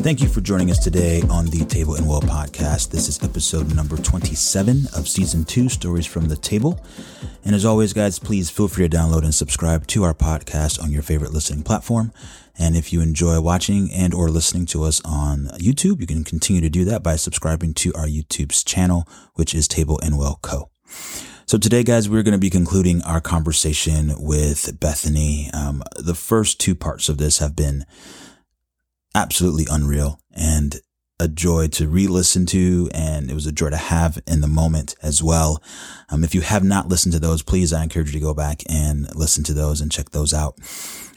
Thank you for joining us today on the Table and Well podcast. This is episode number 27 of season two, Stories from the Table. And as always, guys, please feel free to download and subscribe to our podcast on your favorite listening platform. And if you enjoy watching and or listening to us on YouTube, you can continue to do that by subscribing to our YouTube's channel, which is Table and Well Co. So today, guys, we're going to be concluding our conversation with Bethany. Um, the first two parts of this have been absolutely unreal and a joy to re-listen to and it was a joy to have in the moment as well um, if you have not listened to those please i encourage you to go back and listen to those and check those out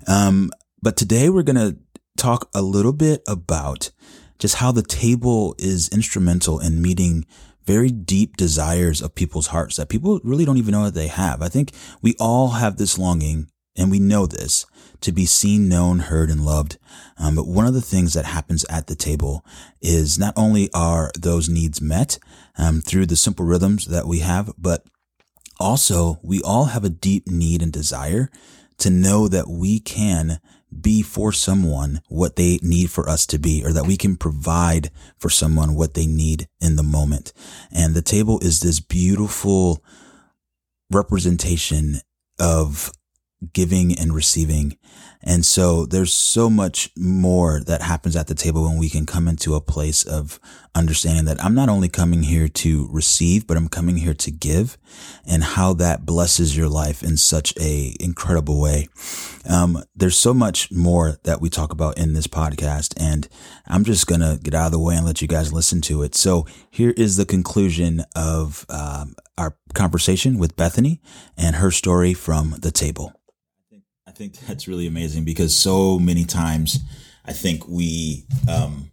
um, but today we're going to talk a little bit about just how the table is instrumental in meeting very deep desires of people's hearts that people really don't even know that they have i think we all have this longing and we know this to be seen, known, heard, and loved. Um, but one of the things that happens at the table is not only are those needs met um, through the simple rhythms that we have, but also we all have a deep need and desire to know that we can be for someone what they need for us to be, or that we can provide for someone what they need in the moment. And the table is this beautiful representation of giving and receiving. And so there's so much more that happens at the table when we can come into a place of understanding that I'm not only coming here to receive, but I'm coming here to give and how that blesses your life in such a incredible way. Um, there's so much more that we talk about in this podcast and I'm just going to get out of the way and let you guys listen to it. So here is the conclusion of, um, our conversation with Bethany and her story from the table. I think that's really amazing because so many times I think we um,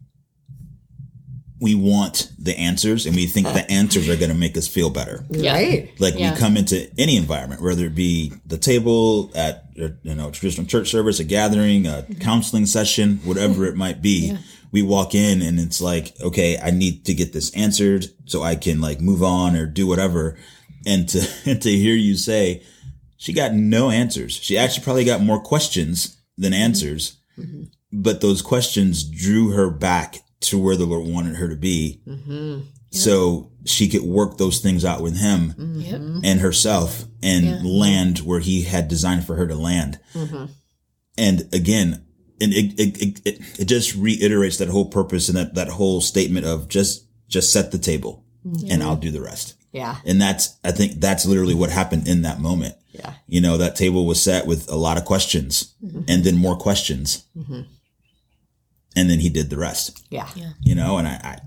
we want the answers and we think the answers are going to make us feel better. Yeah. Right. Like Yeah. we come into any environment, whether it be the table at you know traditional church service, a gathering, a counseling session, whatever it might be. We walk in and it's like, okay, I need to get this answered so I can like move on or do whatever. And to and to hear you say, she got no answers. She actually probably got more questions than answers, but those questions drew her back to where the Lord wanted her to be. So she could work those things out with him Yep. and herself and land where he had designed for her to land. And again, and it, it, it, it, it just reiterates that whole purpose and that, that whole statement of just, just set the table and I'll do the rest. Yeah. And that's, I think that's literally what happened in that moment. Yeah. You know, that table was set with a lot of questions and then more questions. And then he did the rest, Yeah. you know, and I, I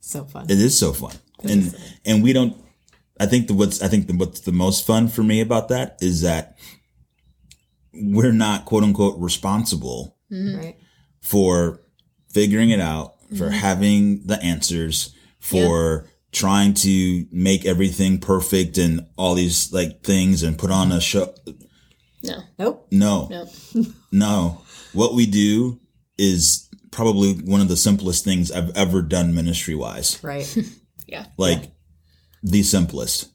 So fun. it is so fun. And, and we don't, I think the, what's, I think the, what's the most fun for me about that is that we're not quote unquote responsible Right. for figuring it out, for having the answers, for trying to make everything perfect and all these like things and put on a show. No. Nope. No, Nope. no. What we do is probably one of the simplest things I've ever done ministry wise. Right. Yeah. Like the simplest.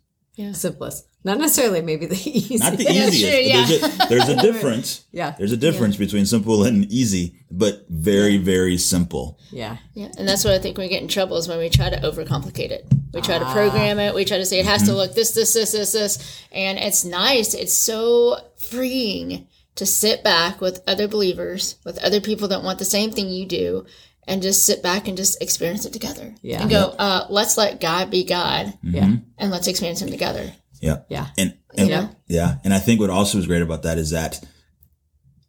Simplest. Not necessarily maybe the easiest. Not the Yeah, easiest. sure, but there's, a, there's a difference. Yeah. There's a difference between simple and easy, but very, very simple. yeah. Yeah. And that's what I think we get in trouble is when we try to overcomplicate it. We try to program it. We try to say it has to look this, this, this, this, this. And it's nice. It's so freeing to sit back with other believers, with other people that want the same thing you do, and just sit back and just experience it together. Yeah. And go, uh, let's let God be God Yeah. and let's experience Him together. Yeah. Yeah. And, and Yeah. yeah. And I think what also is great about that is that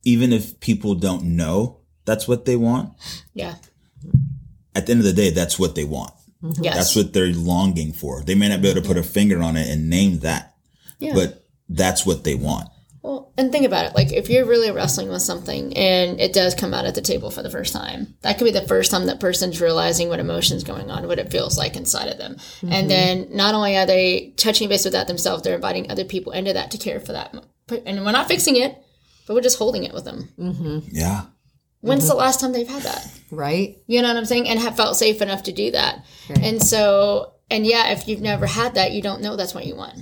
even if people don't know that's what they want, Yeah. at the end of the day, that's what they want. Yes. That's what they're longing for. They may not be able to put a finger on it and name that, yeah. but that's what they want. Well, and think about it. Like, if you're really wrestling with something and it does come out at the table for the first time, that could be the first time that person's realizing what emotion's going on, what it feels like inside of them. And then not only are they touching base with that themselves, they're inviting other people into that to care for that. And we're not fixing it, but we're just holding it with them. Yeah. When's the last time they've had that? Right? You know what I'm saying? And have felt safe enough to do that. And so, and yeah, if you've never had that, you don't know that's what you want.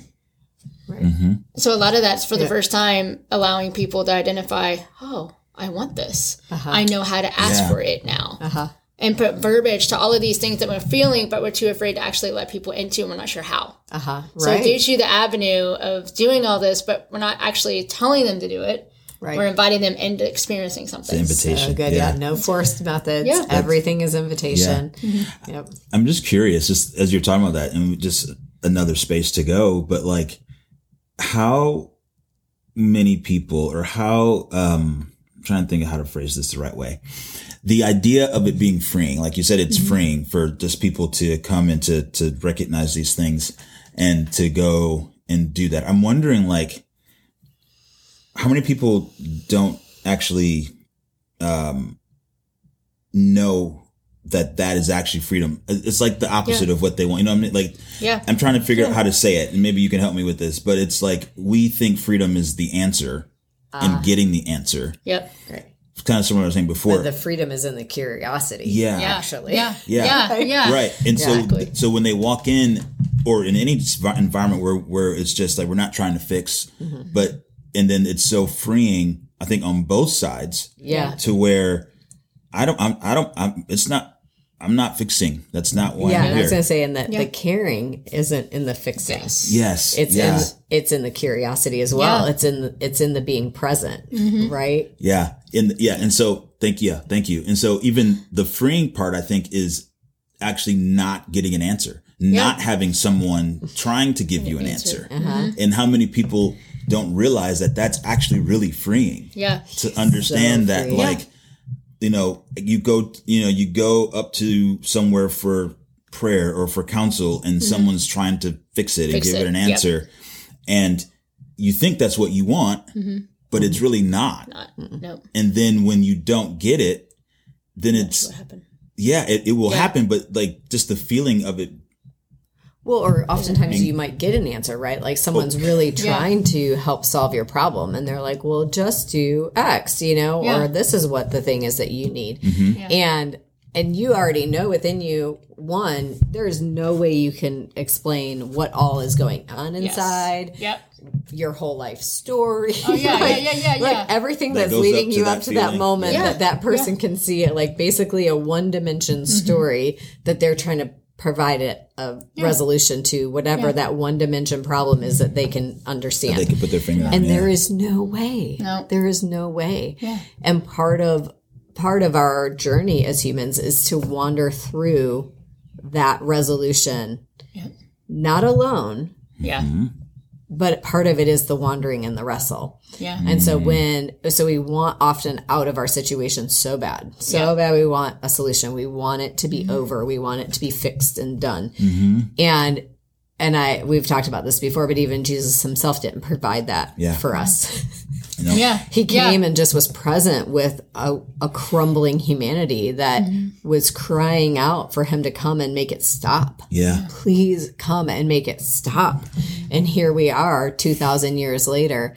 Right. Mm-hmm. So a lot of that's for the first time allowing people to identify, oh, I want this. Uh-huh. I know how to ask Yeah. for it now. And put verbiage to all of these things that we're feeling, but we're too afraid to actually let people into and we're not sure how. Uh huh. So it Right. gives you the avenue of doing all this, but we're not actually telling them to do it. Right. We're inviting them into experiencing something. The invitation. So good. Yeah. No forced methods. Yeah. Everything is invitation. Yep. I'm just curious, just as you're talking about that, and just another space to go, but like, how many people, or how, um, I'm trying to think of how to phrase this the right way. The idea of it being freeing, like you said, it's freeing for just people to come and to, to recognize these things and to go and do that. I'm wondering, like, how many people don't actually um, know that that is actually freedom? It's like the opposite of what they want. You know, what I mean, like Yeah. I'm trying to figure out how to say it, and maybe you can help me with this. But it's like we think freedom is the answer, Ah. and getting the answer. Yep. Right. It's kind of similar to what I was saying before. The freedom is in the curiosity. yeah. Yeah. Actually. Yeah. Yeah. Yeah. yeah. Right. And Exactly. so, so when they walk in or in any s- environment where, where it's just like, we're not trying to fix, Mm-hmm. but, and then it's so freeing, I think on both sides. Yeah. To where I don't, I'm, I don't, I'm, it's not, I'm not fixing. That's not why Yeah. I'm And I was here. going to say, and that the caring isn't in the fixing. yes. It's yeah. in it's in the curiosity as well. Yeah. Mm-hmm. It's in the, it's in the being present, right? Yeah. And yeah. And so thank you. Thank you. And so even the freeing part, I think is actually not getting an answer, not having someone trying to give you an answer. And how many people don't realize that that's actually really freeing Yeah. to understand So that freeing. like, you know, you go, you know, you go up to somewhere for prayer or for counsel and someone's trying to fix it and Mm-hmm. Fix give it, it, an yep. answer. And you think that's what you want, Mm-hmm. but it's really not Not, no. and then when you don't get it then it's What happened? yeah it, it will Yeah. happen but like just the feeling of it Well, or oftentimes you might get an answer, right? Like someone's really trying to help solve your problem and they're like, well, just do X, you know, Yeah. or this is what the thing is that you need. Mm-hmm. And, and you already know within you, one, there's no way you can explain what all is going on Yes. inside, Yep. Oh, your whole life story. yeah, Like- yeah, yeah, yeah, Like yeah. everything That that's goes leading up to you that up to that feeling. moment Yeah. that that person can see it, like basically a one dimension Mm-hmm. story that they're trying to provide it a resolution to whatever that one dimension problem is that they can understand. they can put their finger on and it. there is no way. No. There is no way. And part of part of our journey as humans is to wander through that resolution Yeah. not alone Yeah. Mm-hmm. but part of it is the wandering and the wrestle. Yeah. And so when so we want often out of our situation so bad. So bad we want a solution. We want it to be over. We want it to be fixed and done. And and I we've talked about this before, but even Jesus himself didn't provide that Yeah. for us. Yeah. He Yeah. came and just was present with a, a crumbling humanity that was crying out for him to come and make it stop yeah please come and make it stop. And here we are 2,000 years later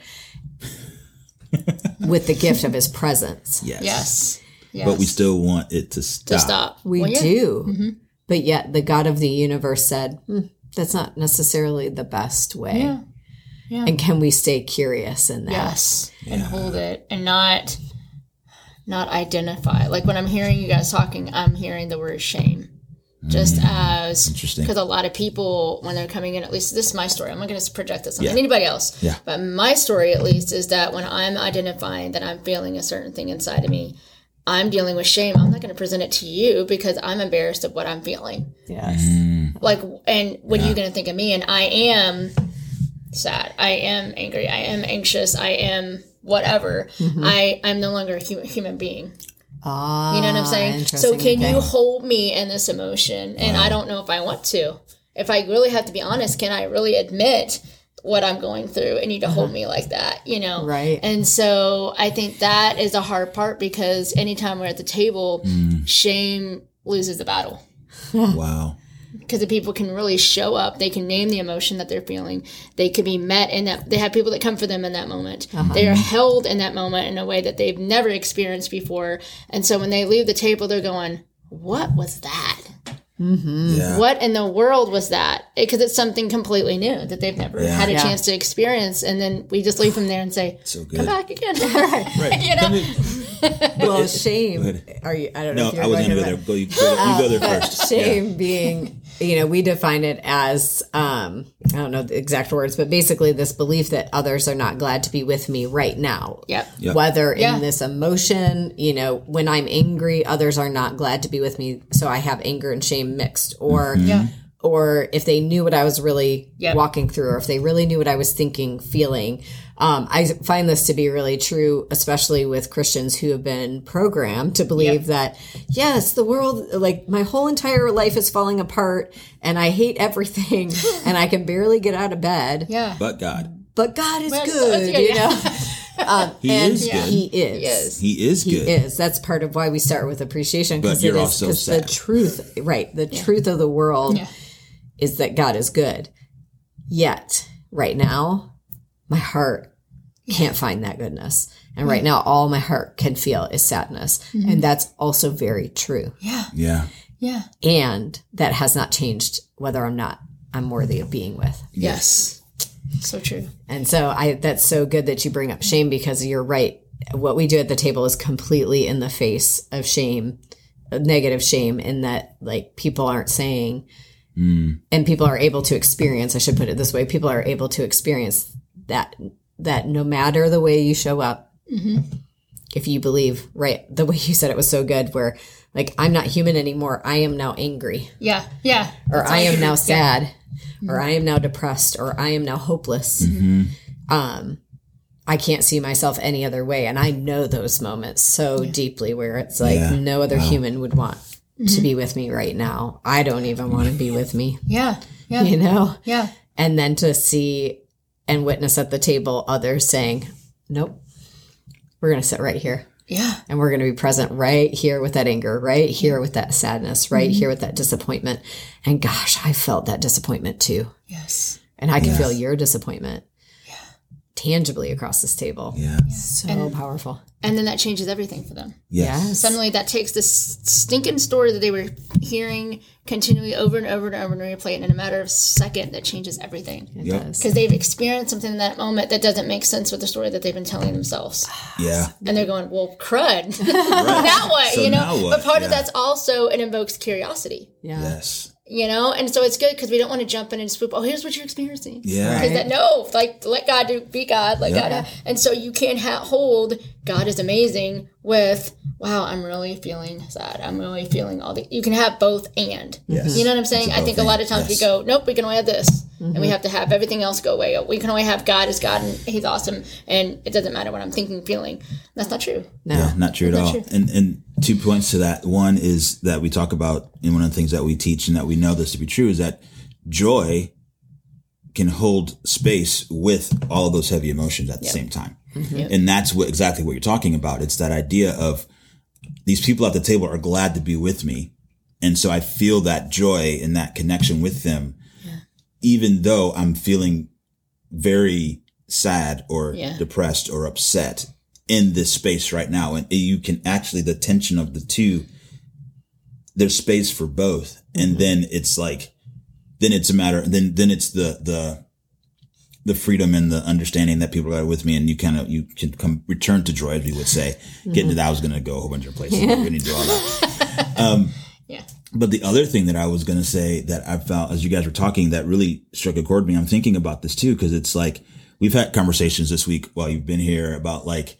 with the gift of his presence. yes. Yes. Yes. but we still want it to stop, to stop. We Well, yeah. Mm-hmm. do. But yet the God of the universe said, hmm, that's not necessarily the best way. Yeah. Yeah. And can we stay curious in that? Yes. And hold it and not not identify. Like when I'm hearing you guys talking, I'm hearing the word shame. Just as Mm. Interesting. because a lot of people when they're coming in, at least this is my story. I'm not going to project this on Yeah. anybody else. Yeah. But my story, at least, is that when I'm identifying that I'm feeling a certain thing inside of me, I'm dealing with shame. I'm not going to present it to you because I'm embarrassed of what I'm feeling. Yes. Mm. like and what are you going to think of me and i am sad i am angry i am anxious i am whatever Mm-hmm. i i'm no longer a hu- human being Ah, you know what i'm saying so interesting. can Okay. you hold me in this emotion and i don't know if i want to if i really have to be honest can i really admit what I'm going through and you to hold me like that, you know? Uh-huh. Right. And so I think that is a hard part because anytime we're at the table, Mm. shame loses the battle Wow. because the people can really show up. They can name the emotion that they're feeling. They could be met in that. They have people that come for them in that moment. They are held in that moment in a way that they've never experienced before. And so when they leave the table, they're going, "What was that? Yeah. Mm. What in the world was that?" Because it's something completely new that they've never Yeah. had a Yeah. chance to experience. And then we just leave them there and say, So "Come good. back again." Right. you know? Well, shame. ahead. Are you? I don't know. No, if you're I wasn't going Oh, gonna go there. Go you, go there. you go there but first. shame being you know we define it as um i don't know the exact words but basically this belief that others are not glad to be with me right now Yep. Yeah. whether Yeah. in this emotion you know when i'm angry others are not glad to be with me so i have anger and shame mixed or Mm-hmm. Yeah. or if they knew what i was really Yep. walking through or if they really knew what i was thinking feeling um, i find this to be really true especially with christians who have been programmed to believe Yep. that yes the world like my whole entire life is falling apart and i hate everything and i can barely get out of bed Yeah. But God, but god is But- good yeah, you yeah. know um, He and is good. he is He is. He is He good. is. That's part of why we start with appreciation But because it you're is also because the sad. truth, right? The truth of the world Yeah. is that God is good. Yet, right now, my heart can't find that goodness, and right now, all my heart can feel is sadness, and that's also very true. Mm-hmm. Yeah. Yeah. Yeah. And that has not changed whether I'm not I'm worthy of being with. Yes. So true. And so I that's so good that you bring up shame because you're right. What we do at the table is completely in the face of shame, of negative shame in that like people aren't saying and people are able to experience, I should put it this way, people are able to experience that that no matter the way you show up, if you believe, right, the way you said it was so good where like I'm not human anymore, I am now angry Yeah. Yeah. or I am now sad, or I am now depressed, or I am now hopeless. Mm-hmm. Um, I can't see myself any other way, and I know those moments so deeply where it's like Yeah. no other human would want to be with me right now. I don't even want to be with me, Yeah. Yeah. you know. Yeah. And then to see and witness at the table others saying, "Nope, we're gonna sit right here." Yeah. and we're going to be present right here with that anger, right here with that sadness, right here with that disappointment. And gosh, I felt that disappointment too. Yes. And I can feel your disappointment tangibly across this table. Yeah. So powerful. And then that changes everything for them. Yes. Yes. Suddenly, that takes this stinking story that they were hearing continually over and over and over and replay it in a matter of second. That changes everything It Yep. does. because they've experienced something in that moment that doesn't make sense with the story that they've been telling themselves, Yeah. and they're going, "Well, crud, Right. now what?" So you now know. what? But part Yeah. of that's also it invokes curiosity, Yeah. Yes. you know, and so it's good because we don't want to jump in and swoop. Oh, here's what you're experiencing. Yeah. Because that no, like let God do, be God, let Yeah. God. Have, and so you can't ha- hold God is amazing with wow, I'm really feeling sad. I'm really feeling all the. You can have both and. Yes. You know what I'm saying? It's a I think both a lot and, of times yes. Mm-hmm. we go, nope, we can only have this, and we have to have everything else go away. We can only have God is God and He's awesome, and it doesn't matter what I'm thinking, feeling. That's not true. No. Yeah, not true at all. And and two points to that. One is that we talk about, and one of the things that we teach and that we know this to be true is that joy can hold space with all of those heavy emotions at the same time. Mm-hmm. And that's what exactly what you're talking about. It's that idea of these people at the table are glad to be with me. And so I feel that joy and that connection with them, even though I'm feeling very sad or Yeah. depressed or upset in this space right now. And you can actually, the tension of the two, there's space for both. And then it's like, then it's a matter, then, then it's the, the, the freedom and the understanding that people are with me and you kind of you can come return to joy as we would say Mm-hmm. get into that I was going to go a whole bunch of places we're going to do all that Um, Yeah. but the other thing that I was going to say that I felt as you guys were talking that really struck a chord with me I'm thinking about this too because it's like we've had conversations this week while you've been here about like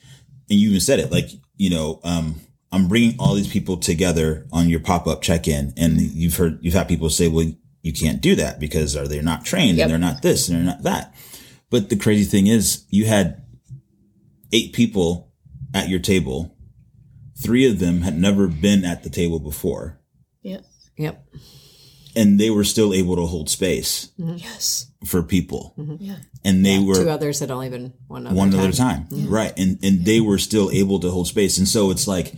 and you even said it like you know um I'm bringing all these people together on your pop-up check-in and Mm-hmm. you've heard you've had people say well you can't do that because are they not trained Yep. and they're not this and they're not that but the crazy thing is, you had eight people at your table. Three of them had never been at the table before. Yeah. Yep. and they were still able to hold space Yes. for people, Mm-hmm. Mm-hmm. Yeah. and they were Two others had only been one other one time. other time, right? And and they were still able to hold space, and so it's like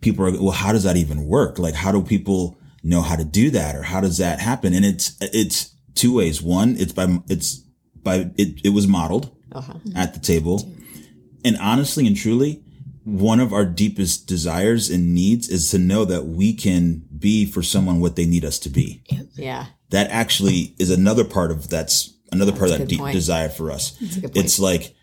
people are well, how does that even work? Like, how do people know how to do that, or how does that happen? And it's it's two ways. One, it's by it's by it it was modeled Uh-huh. at the table, and honestly and truly. One of our deepest desires and needs is to know that we can be for someone what they need us to be Yeah. that actually is another part of that's another part of a that good deep point. desire for us. good point. It's like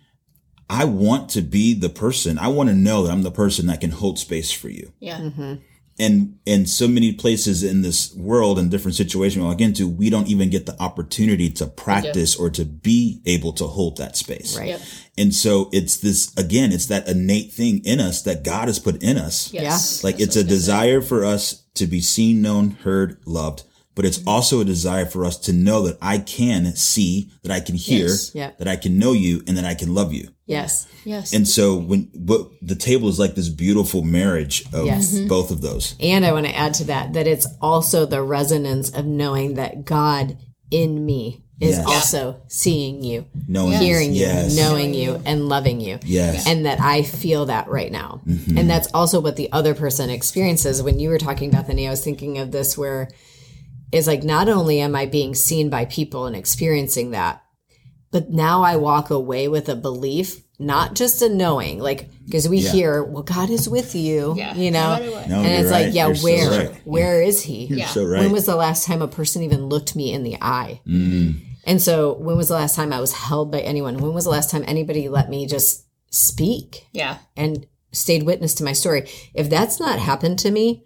I want to be the person. I want to know that I'm the person that can hold space for you. Yeah. Mm-hmm. And and so many places in this world and different situations we walk into, we don't even get the opportunity to practice or to be able to hold that space. Right. Yep. And so it's this again, it's that innate thing in us that God has put in us. Yes. Like it's a desire for us to be seen, known, heard, loved, but Mm-hmm. it's also a desire for us to know that I can see, that I can hear, Yes. Yep. that I can know you, and that I can love you. Yes. Yes. And so when but the table is like this beautiful marriage of Yes. Mm-hmm. both of those. And I want to add to that that it's also the resonance of knowing that God in me is Yes. also seeing you, Knowing you. hearing you, yes. knowing you, and loving you. Yes. Mm-hmm. And that I feel that right now. And that's also what the other person experiences. When you were talking, Bethany, I was thinking of this where it's like not only am I being seen by people and experiencing that, but now I walk away with a belief, not just a knowing, like because we hear, well, God is with you, Yeah. you know, No matter what. No, and you're it's right. like, yeah, You're so where, right. where is He? Yeah. So right. When was the last time a person even looked me in the eye? Mm, And so, when was the last time I was held by anyone? When was the last time anybody let me just speak yeah. and stayed witness to my story? If that's not happened to me,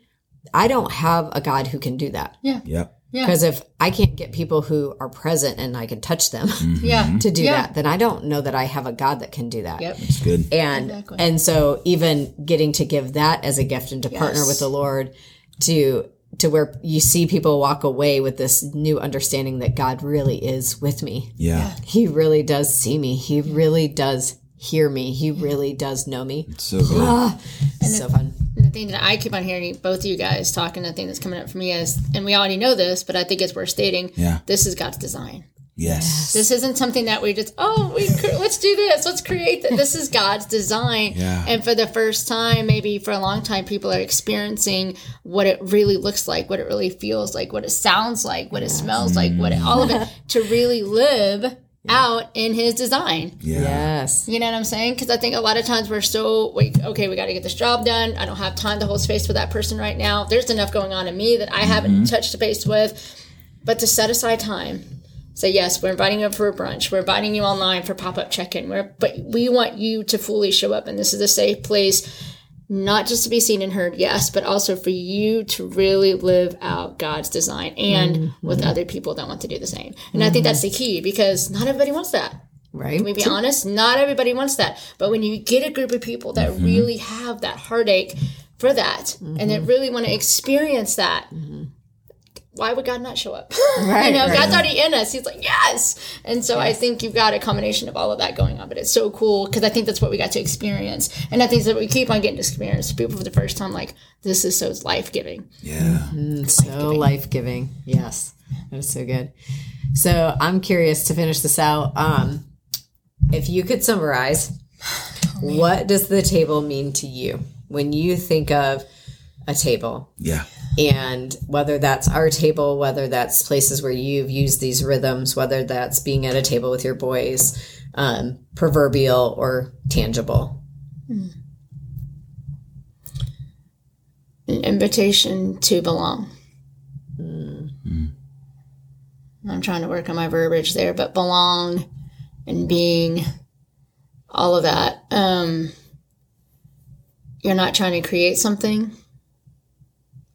I don't have a God who can do that. yep. Because if I can't get people who are present and I can touch them Yeah. Mm-hmm. to do Yeah. that, then I don't know that I have a God that can do that. Yep. It's good. And and so even getting to give that as a gift and to partner Yes. with the Lord to to where you see people walk away with this new understanding that God really is with me. Yeah. He really does see me. He really does hear me. He really does know me. So Ah. good. so fun. And the thing that I keep on hearing both of you guys talking, the thing that's coming up for me is, and we already know this, but I think it's worth stating. Yeah. This is God's design. Yes. This isn't something that we just oh we cr- let's do this let's create that. This is God's design, Yeah. and for the first time, maybe for a long time, people are experiencing what it really looks like, what it really feels like, what it sounds like, what it smells like, what it, all of Mm. it to really live out in His design. Yeah. Yes. You know what I'm saying? Because I think a lot of times we're so like, okay, we got to get this job done. I don't have time to hold space for that person right now. There's enough going on in me that I haven't touched space with. But to set aside time, say yes, we're inviting you up for a brunch. We're inviting you online for pop up check in. We're but we want you to fully show up, and this is a safe place, not just to be seen and heard, yes, but also for you to really live out God's design and with other people that want to do the same. And I think that's the key because not everybody wants that. Right? Can we be honest? Not everybody wants that. But when you get a group of people that Mm-hmm. really have that heartache for that and that really want to experience that, why would God not show up? Mm-hmm. Right, you know, right. God's already in us. He's like, yes. And so I think you've got a combination of all of that going on. But it's so cool because I think that's what we got to experience. And I think that we keep on getting to experience people for the first time, like, this is so life giving. Yeah. Mm-hmm. Mm, So life giving. Yes. That is so good. So I'm curious to finish this out. Um, if you could summarize, what does the table mean to you when you think of a table? Yeah. And whether that's our table, whether that's places where you've used these rhythms, whether that's being at a table with your boys, um, proverbial or tangible. An invitation to belong. I'm trying to work on my verbiage there, but belong and being all of that. Um, you're not trying to create something.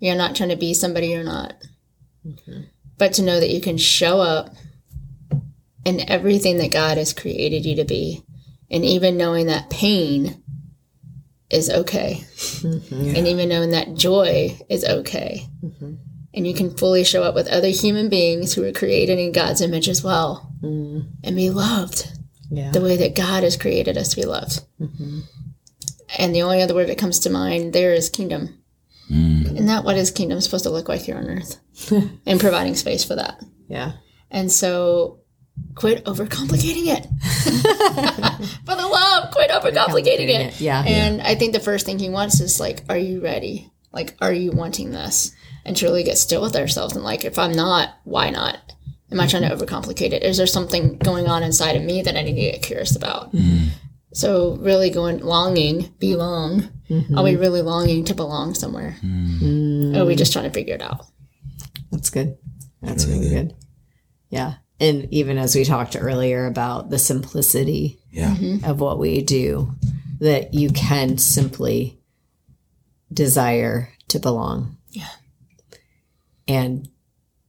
You're not trying to be somebody you're not. But to know that you can show up in everything that God has created you to be. And even knowing that pain is okay. And even knowing that joy is okay. And you can fully show up with other human beings who are created in God's image as well and be loved Yeah. the way that God has Mm-hmm. created us to be loved. And the only other word that comes to mind there is kingdom. Isn't that what his kingdom is supposed to look like here on earth? and providing space for that. Yeah. And so quit overcomplicating it. for the love, quit overcomplicating Complicating it. it, yeah. And I think the first thing he wants is like, are you ready? Like, are you wanting this? And to really get still with ourselves and like, if I'm not, why not? Am I trying to overcomplicate it? Is there something going on inside of me that I need to get curious about? So really going longing, belong. Are we really longing to belong somewhere? Or are we just trying to figure it out? That's good. That's really good. Yeah. And even as we talked earlier about the simplicity Yeah. of what we do, that you can simply desire to belong. Yeah. And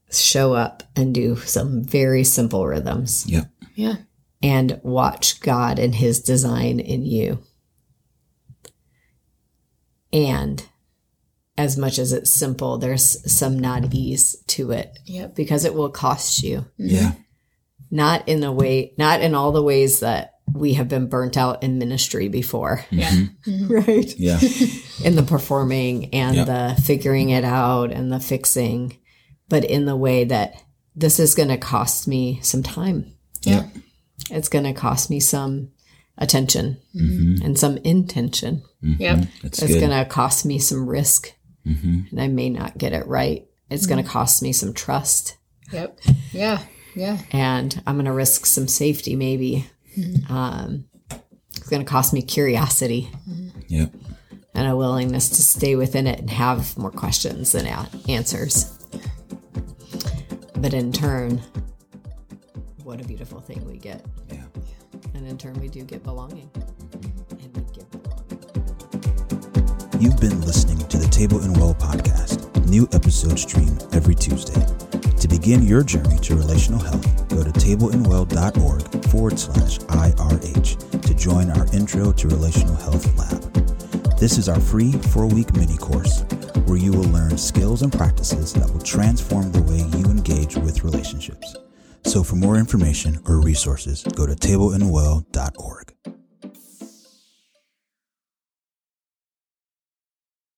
show up and do some very simple rhythms Yep. Yeah. and watch God and his design in you. And as much as it's simple, there's some not ease to it Yep. because it will cost you Yeah. not in a way not in all the ways that we have been burnt out in ministry before Yeah. right Yeah. in the performing and Yep. the figuring it out and the fixing but in the way that this is going to cost me some time Yeah. it's going to cost me some attention and some intention Yep. That's Mm-hmm. it's good. Mm-hmm. going to cost me some risk and i may not get it right it's going to cost me some trust Yep. Yeah. Yeah. and I'm going to risk some safety maybe. Mm-hmm. Um, it's going to cost me curiosity Yep. and a willingness to stay within it and have more questions than a- answers. But in turn, what a beautiful thing we get. Yeah. And in turn, we do get belonging. And we give belonging. You've been listening to the Table and Well podcast. New episodes stream every Tuesday. To begin your journey to relational health, go to tableandwell.org forward slash IRH to join our Intro to Relational Health Lab. This is our free four week mini course where you will learn skills and practices that will transform the way you engage with relationships. So, for more information or resources, go to tableandwell.org.